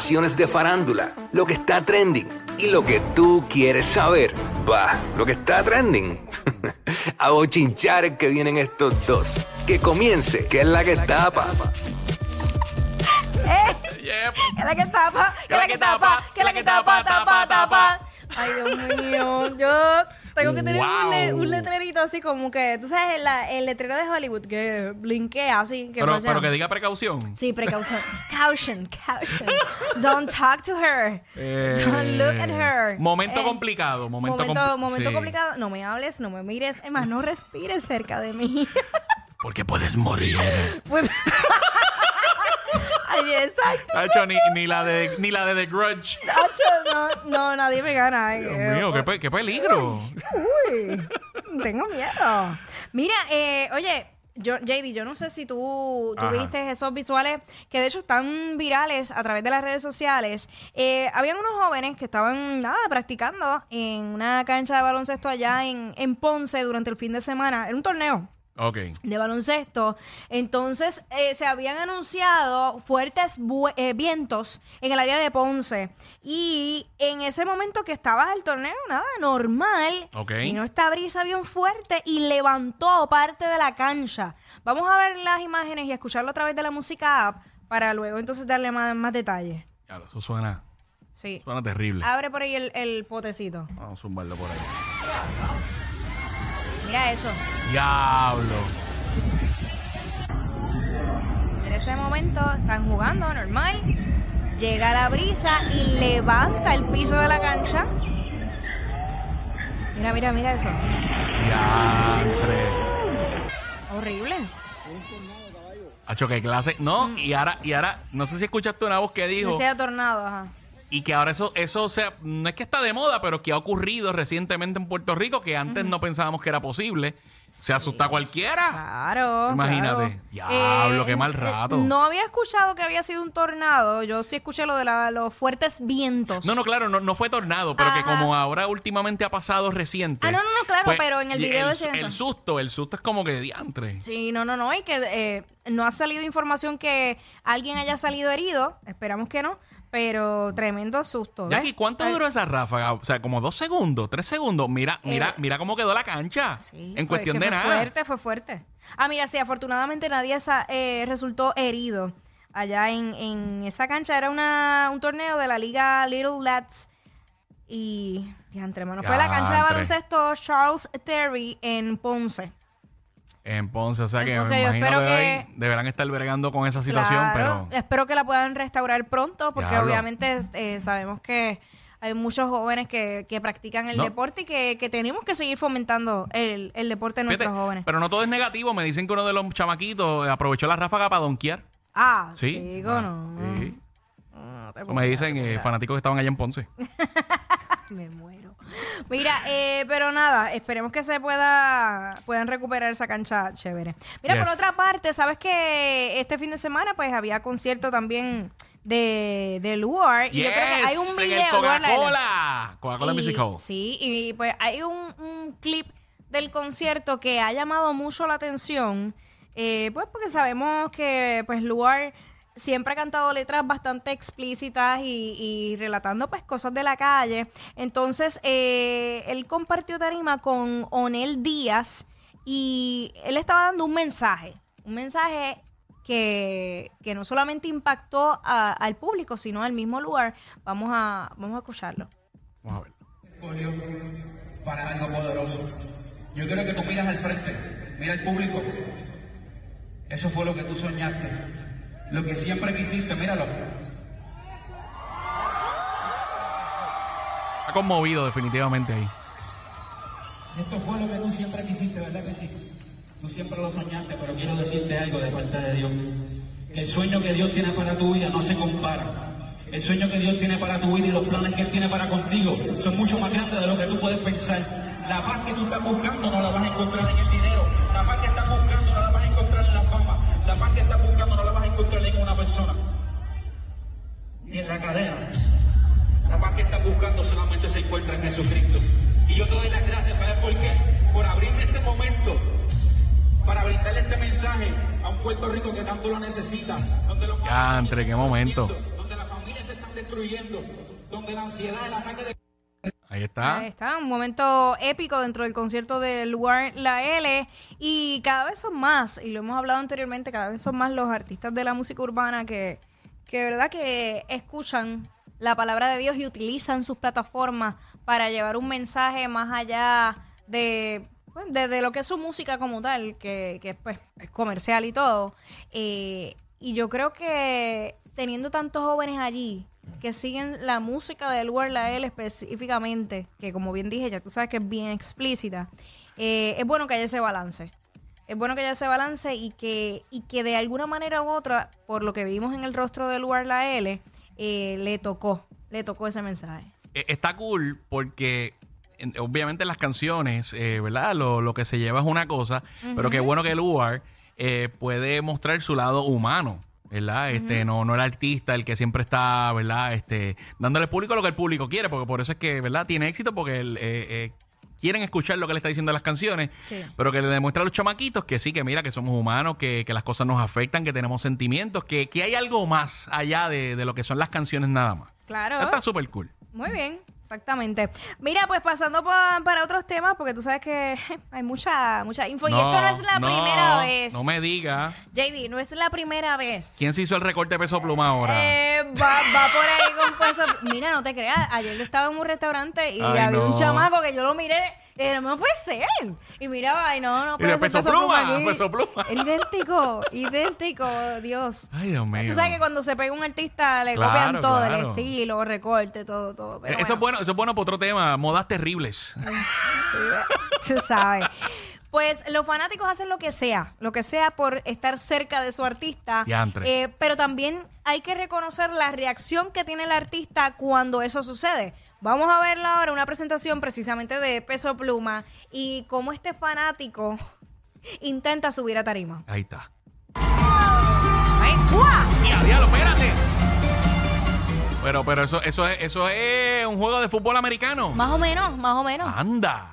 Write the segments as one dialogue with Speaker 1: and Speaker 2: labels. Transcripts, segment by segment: Speaker 1: informaciones de farándula, lo que está trending y lo que tú quieres saber. Va, lo que está trending. A bochinchar que vienen estos dos. Que comience, que es la que tapa.
Speaker 2: ¡Eh! Que la que tapa, que la que tapa, que la que tapa, tapa, tapa. Ay, Dios mío, yo tengo que tener un, le-
Speaker 3: Wow.
Speaker 2: un letrerito así como que, tú sabes, la- el letrero de Hollywood que blinquea así. Que
Speaker 3: Pero,
Speaker 2: raya.
Speaker 3: pero que diga precaución.
Speaker 2: Sí, precaución. Caution, caution. Don't talk to her.
Speaker 3: Eh,
Speaker 2: Don't look at her.
Speaker 3: Momento
Speaker 2: Eh,
Speaker 3: complicado. Momento,
Speaker 2: Momento,
Speaker 3: compli-
Speaker 2: momento
Speaker 3: sí.
Speaker 2: complicado. No me hables, no me mires. Es más, no respires cerca de mí.
Speaker 3: Porque puedes morir.
Speaker 2: Pues- Ay, exacto.
Speaker 3: Hacho, ni, ni la de, ni la de The Grudge.
Speaker 2: Nacho, no, no, nadie me gana. eh.
Speaker 3: Dios mío, qué, pe- qué peligro.
Speaker 2: Uy, tengo miedo. Mira, eh, oye, yo, JD, yo no sé si tú, tú
Speaker 3: Ajá.
Speaker 2: viste esos visuales que de hecho están virales a través de las redes sociales. Eh, habían unos jóvenes que estaban, nada, practicando en una cancha de baloncesto allá en, en Ponce durante el fin de semana. Era un torneo
Speaker 3: Ok.
Speaker 2: de baloncesto. Entonces, eh, se habían anunciado fuertes bu- eh, vientos en el área de Ponce. Y en ese momento que estaba el torneo, nada, normal.
Speaker 3: Ok.
Speaker 2: Vino esta brisa bien fuerte y levantó parte de la cancha. Vamos a ver las imágenes y escucharlo a través de la música app para luego entonces darle más, más detalle.
Speaker 3: Ya, eso suena,
Speaker 2: Sí.
Speaker 3: suena terrible.
Speaker 2: Abre por ahí el, el potecito.
Speaker 3: Vamos a zumbarlo por ahí.
Speaker 2: Mira eso.
Speaker 3: Diablo.
Speaker 2: En ese momento están jugando normal. Llega la brisa y levanta el piso de la cancha. Mira, mira, mira eso.
Speaker 3: Diantre.
Speaker 2: Horrible.
Speaker 3: Hacho, qué clase. No, y ahora, y ahora, no sé si escuchaste una voz que dijo.
Speaker 2: Mm. Ese tornado, ajá.
Speaker 3: Y que ahora eso, eso, o sea, no es que está de moda, pero que ha ocurrido recientemente en Puerto Rico, que antes no pensábamos que era posible. Se asusta cualquiera.
Speaker 2: Claro.
Speaker 3: Imagínate.
Speaker 2: claro.
Speaker 3: Diablo, qué mal rato.
Speaker 2: eh, No había escuchado que había sido un tornado. Yo sí escuché lo de la- los fuertes vientos.
Speaker 3: No, no, claro, no, no fue tornado, pero que
Speaker 2: Ajá.
Speaker 3: como ahora últimamente ha pasado reciente. pues,
Speaker 2: Ah, no, no, no, claro, pero en el
Speaker 3: y
Speaker 2: video
Speaker 3: el,
Speaker 2: decían eso.
Speaker 3: el susto, el susto es como que de diantre.
Speaker 2: Sí, no, no, no. Y que eh, no ha salido información que alguien haya salido herido. Esperamos que no. Pero tremendo susto. ¿ves?
Speaker 3: Jackie, ¿cuánto
Speaker 2: pues, Ay,
Speaker 3: duró esa ráfaga? O sea, como dos segundos, tres segundos. Mira, mira,
Speaker 2: Eh,
Speaker 3: mira cómo quedó la cancha.
Speaker 2: Sí,
Speaker 3: en
Speaker 2: fue-
Speaker 3: cuestión
Speaker 2: que
Speaker 3: de
Speaker 2: fue
Speaker 3: nada.
Speaker 2: fuerte, fue fuerte. Ah, mira, sí, afortunadamente nadie sa- eh, resultó herido allá en, en esa cancha. Era una, un torneo de la liga Little Lads y... Diantre, mano. Fue la cancha de
Speaker 3: Diantre.
Speaker 2: baloncesto Charles Terry en Ponce.
Speaker 3: En Ponce, o sea que
Speaker 2: Entonces,
Speaker 3: me
Speaker 2: yo
Speaker 3: imagino
Speaker 2: espero
Speaker 3: que,
Speaker 2: que-
Speaker 3: hoy deberán estar bregando con esa situación,
Speaker 2: Claro,
Speaker 3: pero.
Speaker 2: Espero que la puedan restaurar pronto porque
Speaker 3: Diablo.
Speaker 2: obviamente es- eh, sabemos que hay muchos jóvenes que, que practican el
Speaker 3: No.
Speaker 2: deporte y que, que tenemos que seguir fomentando el, el deporte de
Speaker 3: Fíjate,
Speaker 2: nuestros jóvenes.
Speaker 3: Pero no todo es negativo. Me dicen que uno de los chamaquitos aprovechó la ráfaga para donkear.
Speaker 2: Ah,
Speaker 3: Sí.
Speaker 2: chico,
Speaker 3: Ah,
Speaker 2: no.
Speaker 3: sí.
Speaker 2: No, te
Speaker 3: Eso me
Speaker 2: pongas,
Speaker 3: dicen
Speaker 2: te
Speaker 3: eh,
Speaker 2: pongas.
Speaker 3: fanáticos que estaban allá en Ponce.
Speaker 2: Me muero. Mira, eh, pero nada, esperemos que se pueda puedan recuperar esa cancha chévere. Mira, por
Speaker 3: Yes.
Speaker 2: otra parte, sabes que este fin de semana pues había concierto también de, de Luar y yo creo que hay un
Speaker 3: Yes,
Speaker 2: video
Speaker 3: en el
Speaker 2: Luar Lailas.
Speaker 3: Coca-Cola. Coca-Cola
Speaker 2: Y-
Speaker 3: Musical.
Speaker 2: Sí, y pues hay un, un clip del concierto que ha llamado mucho la atención, eh, pues porque sabemos que pues Luar siempre ha cantado letras bastante explícitas y, y relatando pues cosas de la calle. Entonces, eh, él compartió tarima con Onel Díaz y él estaba dando un mensaje, un mensaje que, que no solamente impactó a- al público, sino al mismo lugar. Vamos a, vamos a escucharlo.
Speaker 3: Vamos a verlo.
Speaker 4: escogió para algo poderoso. Yo quiero que tú miras al frente, mira al público. Eso fue lo que tú soñaste, lo que siempre quisiste, míralo.
Speaker 3: Está conmovido definitivamente ahí.
Speaker 4: Esto fue lo que tú siempre quisiste, ¿verdad que sí? Tú siempre lo soñaste, pero quiero decirte algo de parte de Dios. El sueño que Dios tiene para tu vida no se compara. El sueño que Dios tiene para tu vida y los planes que Él tiene para contigo son mucho más grandes de lo que tú puedes pensar. La paz que tú estás buscando no la vas a encontrar en el dinero. La paz que estás buscando no la vas a encontrar en la fama. La paz que estás buscando no la vas a encontrar en una persona. Ni en la cadena. La paz que estás buscando solamente se encuentra en Jesucristo. Y yo te doy las gracias, ¿sabes por qué? Por abrirme este momento para brindarle este mensaje a un Puerto Rico que tanto lo necesita. Donde los
Speaker 3: Diantre, qué momento.
Speaker 4: donde las familias se están destruyendo, donde la ansiedad, el ataque de...
Speaker 3: Ahí está.
Speaker 2: Ahí está, un momento épico dentro del concierto del lugar La L. Y cada vez son más, y lo hemos hablado anteriormente, cada vez son más los artistas de la música urbana que, que de verdad que escuchan la palabra de Dios y utilizan sus plataformas para llevar un mensaje más allá de, pues, de, de lo que es su música como tal, que, que, pues, es comercial y todo. Eh, y yo creo que teniendo tantos jóvenes allí que siguen la música de Lugar La L específicamente, que como bien dije, ya tú sabes que es bien explícita, eh, es bueno que haya ese balance. Es bueno que haya ese balance y que, y que de alguna manera u otra, por lo que vimos en el rostro de Lugar La L, eh, le tocó, le tocó ese mensaje.
Speaker 3: Eh, está cool porque en- obviamente las canciones, eh, ¿verdad? Lo, lo que se lleva es una cosa, pero qué bueno que el UR puede mostrar su lado humano. ¿Verdad? Este, no, no el artista, el que siempre está, ¿verdad? Este, dándole al público lo que el público quiere, porque por eso es que, ¿verdad? Tiene éxito, porque el, eh, eh, quieren escuchar lo que le está diciendo a las canciones,
Speaker 2: Sí.
Speaker 3: pero que le demuestra a los chamaquitos que sí, que mira, que somos humanos, que, que las cosas nos afectan, que tenemos sentimientos, que, que hay algo más allá de, de lo que son las canciones nada más.
Speaker 2: Claro.
Speaker 3: Está súper cool.
Speaker 2: Muy bien, exactamente. Mira, pues pasando pa- para otros temas, porque tú sabes que hay mucha, mucha info. Pues, y esto no es la
Speaker 3: no,
Speaker 2: primera vez.
Speaker 3: No me diga.
Speaker 2: JD, no es la primera vez.
Speaker 3: ¿Quién se hizo el recorte de peso pluma ahora?
Speaker 2: Eh, va, va por ahí con peso. Mira, no te creas. Ayer yo estaba en un restaurante y
Speaker 3: Ay,
Speaker 2: había un
Speaker 3: no.
Speaker 2: chamaco que yo lo miré. eh, no puede ser. Y miraba, ay, no, no
Speaker 3: Mira,
Speaker 2: puede ser.
Speaker 3: peso pluma, peso pluma.
Speaker 2: Idéntico, idéntico, Dios.
Speaker 3: Ay, Dios mío.
Speaker 2: Tú sabes que cuando se pega un artista le
Speaker 3: Claro,
Speaker 2: copian todo, el
Speaker 3: claro.
Speaker 2: estilo, recorte, todo, todo. Pero
Speaker 3: Eh, Eso, es bueno, eso es bueno para otro tema, modas terribles.
Speaker 2: Se sabe. Pues los fanáticos hacen lo que sea, lo que sea por estar cerca de su artista.
Speaker 3: Diantre.
Speaker 2: Eh, pero también hay que reconocer la reacción que tiene el artista cuando eso sucede. Vamos a verla ahora, una presentación precisamente de Peso Pluma y cómo este fanático intenta subir a tarima.
Speaker 3: Ahí está.
Speaker 2: Ahí, ¡fua!
Speaker 3: ¡Ya, diablo, espérate! Pero, pero eso, eso, es, eso es un juego de fútbol americano.
Speaker 2: Más o menos, más o menos.
Speaker 3: Ah. Anda.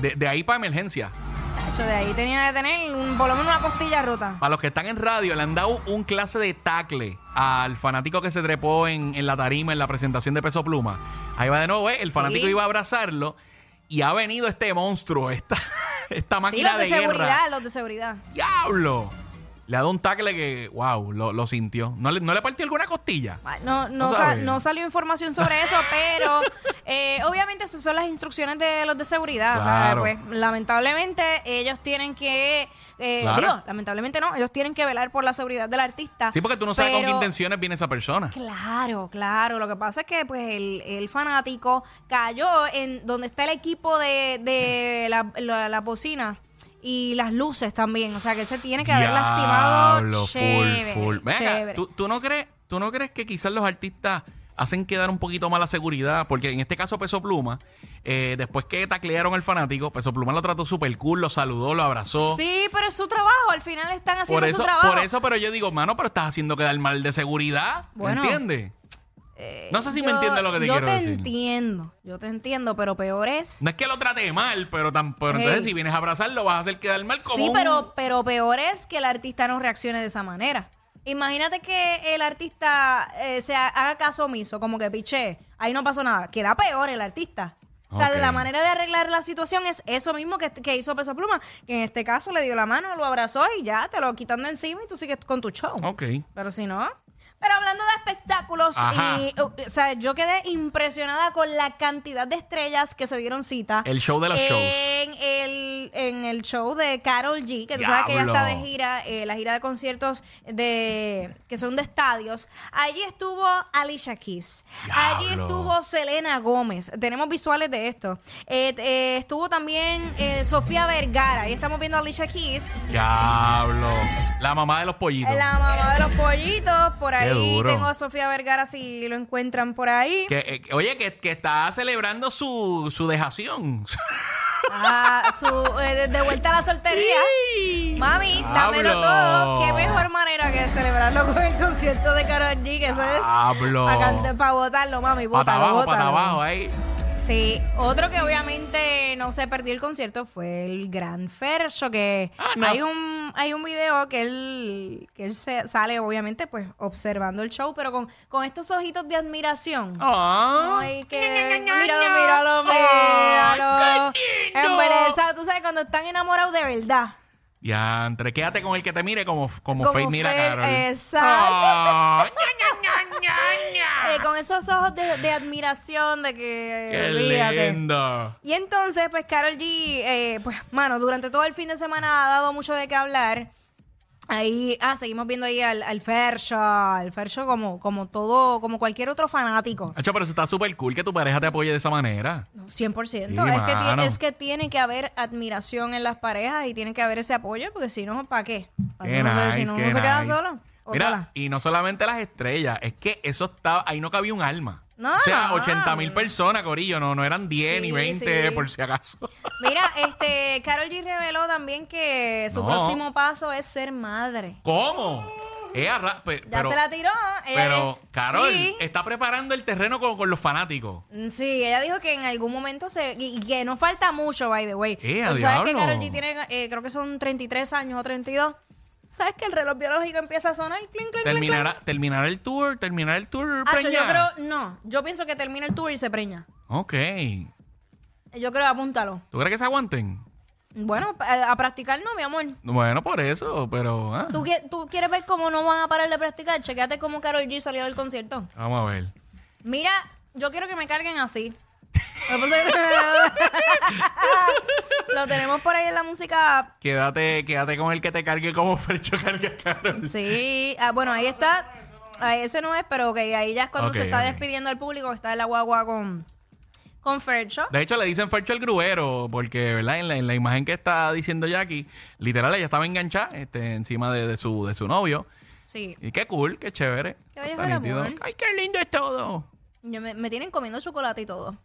Speaker 3: De, de ahí para emergencia.
Speaker 2: Chacho, de ahí tenía que tener un, por lo menos una costilla rota.
Speaker 3: Para los que están en radio, le han dado un clase de tacle al fanático que se trepó en, en la tarima, en la presentación de Peso Pluma. Ahí va de nuevo, ¿eh? el fanático
Speaker 2: Sí.
Speaker 3: iba a abrazarlo y ha venido este monstruo, esta, esta
Speaker 2: Sí,
Speaker 3: máquina
Speaker 2: los de,
Speaker 3: de,
Speaker 2: seguridad,
Speaker 3: guerra.
Speaker 2: los de seguridad.
Speaker 3: ¡Diablo! Le ha dado un tacle que, wow, lo, lo sintió. ¿No le, ¿No le partió alguna costilla?
Speaker 2: No, no,
Speaker 3: No
Speaker 2: sa-
Speaker 3: sabe.
Speaker 2: no salió información sobre eso, pero eh, obviamente esas son las instrucciones de los de seguridad. o sea,
Speaker 3: Claro.
Speaker 2: pues lamentablemente ellos tienen que, eh,
Speaker 3: Claro.
Speaker 2: digo, lamentablemente no, ellos tienen que velar por la seguridad del artista.
Speaker 3: Sí, porque tú no sabes con qué
Speaker 2: pero-
Speaker 3: intenciones viene esa persona.
Speaker 2: Claro, claro. Lo que pasa es que pues el, el fanático cayó en donde está el equipo de, de la, la- las bocinas y las luces también. O sea que se tiene que haber
Speaker 3: Diablo,
Speaker 2: lastimado.
Speaker 3: full,
Speaker 2: Chévere,
Speaker 3: full. Ven acá,
Speaker 2: chévere.
Speaker 3: ¿tú, tú no crees, ¿tú no crees que quizás los artistas hacen quedar un poquito más la seguridad? Porque en este caso Peso Pluma, eh, después que taclearon al fanático, Peso Pluma lo trató súper cool, lo saludó, lo abrazó.
Speaker 2: Sí, pero es su trabajo. Al final están haciendo
Speaker 3: Por eso,
Speaker 2: su trabajo.
Speaker 3: por eso, pero yo digo, mano, pero estás haciendo quedar mal de seguridad. ¿Me
Speaker 2: Bueno.
Speaker 3: entiendes?
Speaker 2: Eh,
Speaker 3: No sé si me entiendes lo que te
Speaker 2: yo
Speaker 3: quiero
Speaker 2: te
Speaker 3: decir.
Speaker 2: entiendo, yo te entiendo, pero peor es.
Speaker 3: No es que lo trate mal, pero, tan, pero
Speaker 2: Ey.
Speaker 3: entonces si vienes a abrazarlo vas a hacer quedar mal como
Speaker 2: Sí,
Speaker 3: un-
Speaker 2: pero, pero peor es que el artista no reaccione de esa manera. Imagínate que el artista eh, se ha- haga caso omiso, como que piche, ahí no pasó nada. Queda peor el artista. O sea,
Speaker 3: Ok.
Speaker 2: la manera de arreglar la situación es eso mismo que, que hizo Peso Pluma, que en este caso le dio la mano, lo abrazó y ya te lo quitan de encima y tú sigues con tu show.
Speaker 3: Ok.
Speaker 2: Pero si no. Pero hablando de espectáculos,
Speaker 3: Ajá.
Speaker 2: y, uh, o sea, yo quedé impresionada con la cantidad de estrellas que se dieron cita.
Speaker 3: El show de los
Speaker 2: en
Speaker 3: shows.
Speaker 2: El, en el show de Carol G, que tú sabes que ella
Speaker 3: Diablo.
Speaker 2: está de gira, eh, la gira de conciertos de que son de estadios. Allí estuvo Alicia Keys. Allí
Speaker 3: Diablo.
Speaker 2: estuvo Selena Gómez. Tenemos visuales de esto. Eh, eh, estuvo también eh, Sofía Vergara. Ahí estamos viendo a Alicia Keys.
Speaker 3: Diablo. La mamá de los pollitos.
Speaker 2: La mamá de los pollitos, por ahí
Speaker 3: duro.
Speaker 2: tengo a Sofía Vergara si lo encuentran por ahí.
Speaker 3: Que, eh, que- oye, que, que está celebrando su, su dejación.
Speaker 2: Ah, su, eh, de- de vuelta a la soltería. Mami, dámelo
Speaker 3: Diablo.
Speaker 2: todo. Qué mejor manera que celebrarlo con el concierto de Karol G, que eso es.
Speaker 3: Diablo.
Speaker 2: Para votarlo, mami,
Speaker 3: Pata
Speaker 2: bótalo,
Speaker 3: abajo, pata
Speaker 2: bótalo.
Speaker 3: abajo ahí.
Speaker 2: Sí, otro que obviamente no se perdió el concierto fue el Gran Fercho, que
Speaker 3: Ah, no.
Speaker 2: hay un hay un video que él, que él se- sale obviamente pues observando el show, pero con, con estos ojitos de admiración.
Speaker 3: Ah.
Speaker 2: Ay, que míralo, míralo, míralo. En belleza, tú sabes, cuando están enamorados de verdad.
Speaker 3: Ya, entre quédate con el que te mire como, como,
Speaker 2: Como
Speaker 3: Faith mira a
Speaker 2: Faith,
Speaker 3: Carol.
Speaker 2: exacto.
Speaker 3: Ah,
Speaker 2: Eh, con esos ojos de, de admiración, de que.
Speaker 3: ¡Qué
Speaker 2: olvídate.
Speaker 3: lindo!
Speaker 2: Y entonces, pues Carol G, eh, pues, mano, durante todo el fin de semana ha dado mucho de qué hablar. Ahí, ah, seguimos viendo ahí al, al Fercho, al Fercho como, como todo, como cualquier otro fanático.
Speaker 3: Hacho, pero eso está súper cool que tu pareja te apoye de esa manera.
Speaker 2: No, 100%.
Speaker 3: Ah. Sí,
Speaker 2: es, que
Speaker 3: mano.
Speaker 2: tiene, es que tiene que haber admiración en las parejas y tiene que haber ese apoyo, porque si no, ¿para qué? Así
Speaker 3: Qué
Speaker 2: no sé,
Speaker 3: nice,
Speaker 2: si no,
Speaker 3: qué
Speaker 2: uno se queda
Speaker 3: nice.
Speaker 2: solo. o
Speaker 3: Mira,
Speaker 2: sola.
Speaker 3: y no solamente las estrellas, es que eso estaba, ahí no cabía un alma.
Speaker 2: No,
Speaker 3: o sea,
Speaker 2: no.
Speaker 3: 80 mil personas, Corillo, no, no eran 10 ni
Speaker 2: Sí,
Speaker 3: 20
Speaker 2: sí.
Speaker 3: por si acaso.
Speaker 2: Mira, este, Carol G reveló también que su
Speaker 3: No.
Speaker 2: próximo paso es ser madre.
Speaker 3: ¿Cómo? Ella ra- pe-
Speaker 2: Ya
Speaker 3: pero,
Speaker 2: se la tiró. ella-
Speaker 3: pero, Carol,
Speaker 2: Sí.
Speaker 3: está preparando el terreno con, con los fanáticos.
Speaker 2: Mm, Sí, ella dijo que en algún momento se. Y, y que no falta mucho, by the way.
Speaker 3: ¡Eh, a
Speaker 2: Tú sabes que
Speaker 3: diablo!
Speaker 2: Carol G tiene, eh, creo que son 33 años o 32. ¿Sabes que el reloj biológico empieza a sonar? Clink, clink, clink, clink.
Speaker 3: Terminará, terminará el tour, terminará el tour.
Speaker 2: Ah, yo yo
Speaker 3: preñada.
Speaker 2: creo. No, yo pienso que termina el tour y se preña.
Speaker 3: Ok.
Speaker 2: Yo creo, apúntalo.
Speaker 3: ¿Tú crees que se aguanten?
Speaker 2: Bueno, eh, a, a practicar no, mi amor.
Speaker 3: Bueno, por eso, pero. ah,
Speaker 2: ¿Tú, que- ¿Tú quieres ver cómo no van a parar de practicar? Chequéate cómo Carol G salió del concierto.
Speaker 3: Vamos a ver.
Speaker 2: Mira, yo quiero que me carguen así. Lo tenemos por ahí en la música app.
Speaker 3: Quédate, quédate con el que te cargue como Fercho carga a Carol.
Speaker 2: Sí, ah, bueno, ahí está. Ah, ese no es, pero ok, ahí ya es cuando
Speaker 3: Ok,
Speaker 2: se está
Speaker 3: ok.
Speaker 2: despidiendo al público, está en la guagua con, con Fercho.
Speaker 3: De hecho, le dicen Fercho el gruero, porque, ¿verdad? En la, en la imagen que está diciendo Jackie, literal, ella estaba enganchada este, encima de, de su, de su novio.
Speaker 2: Sí.
Speaker 3: Y qué cool, qué chévere.
Speaker 2: Que vaya
Speaker 3: Está
Speaker 2: con el
Speaker 3: nítido.
Speaker 2: amor.
Speaker 3: Ay, qué lindo es todo.
Speaker 2: Yo me, me tienen comiendo chocolate y todo.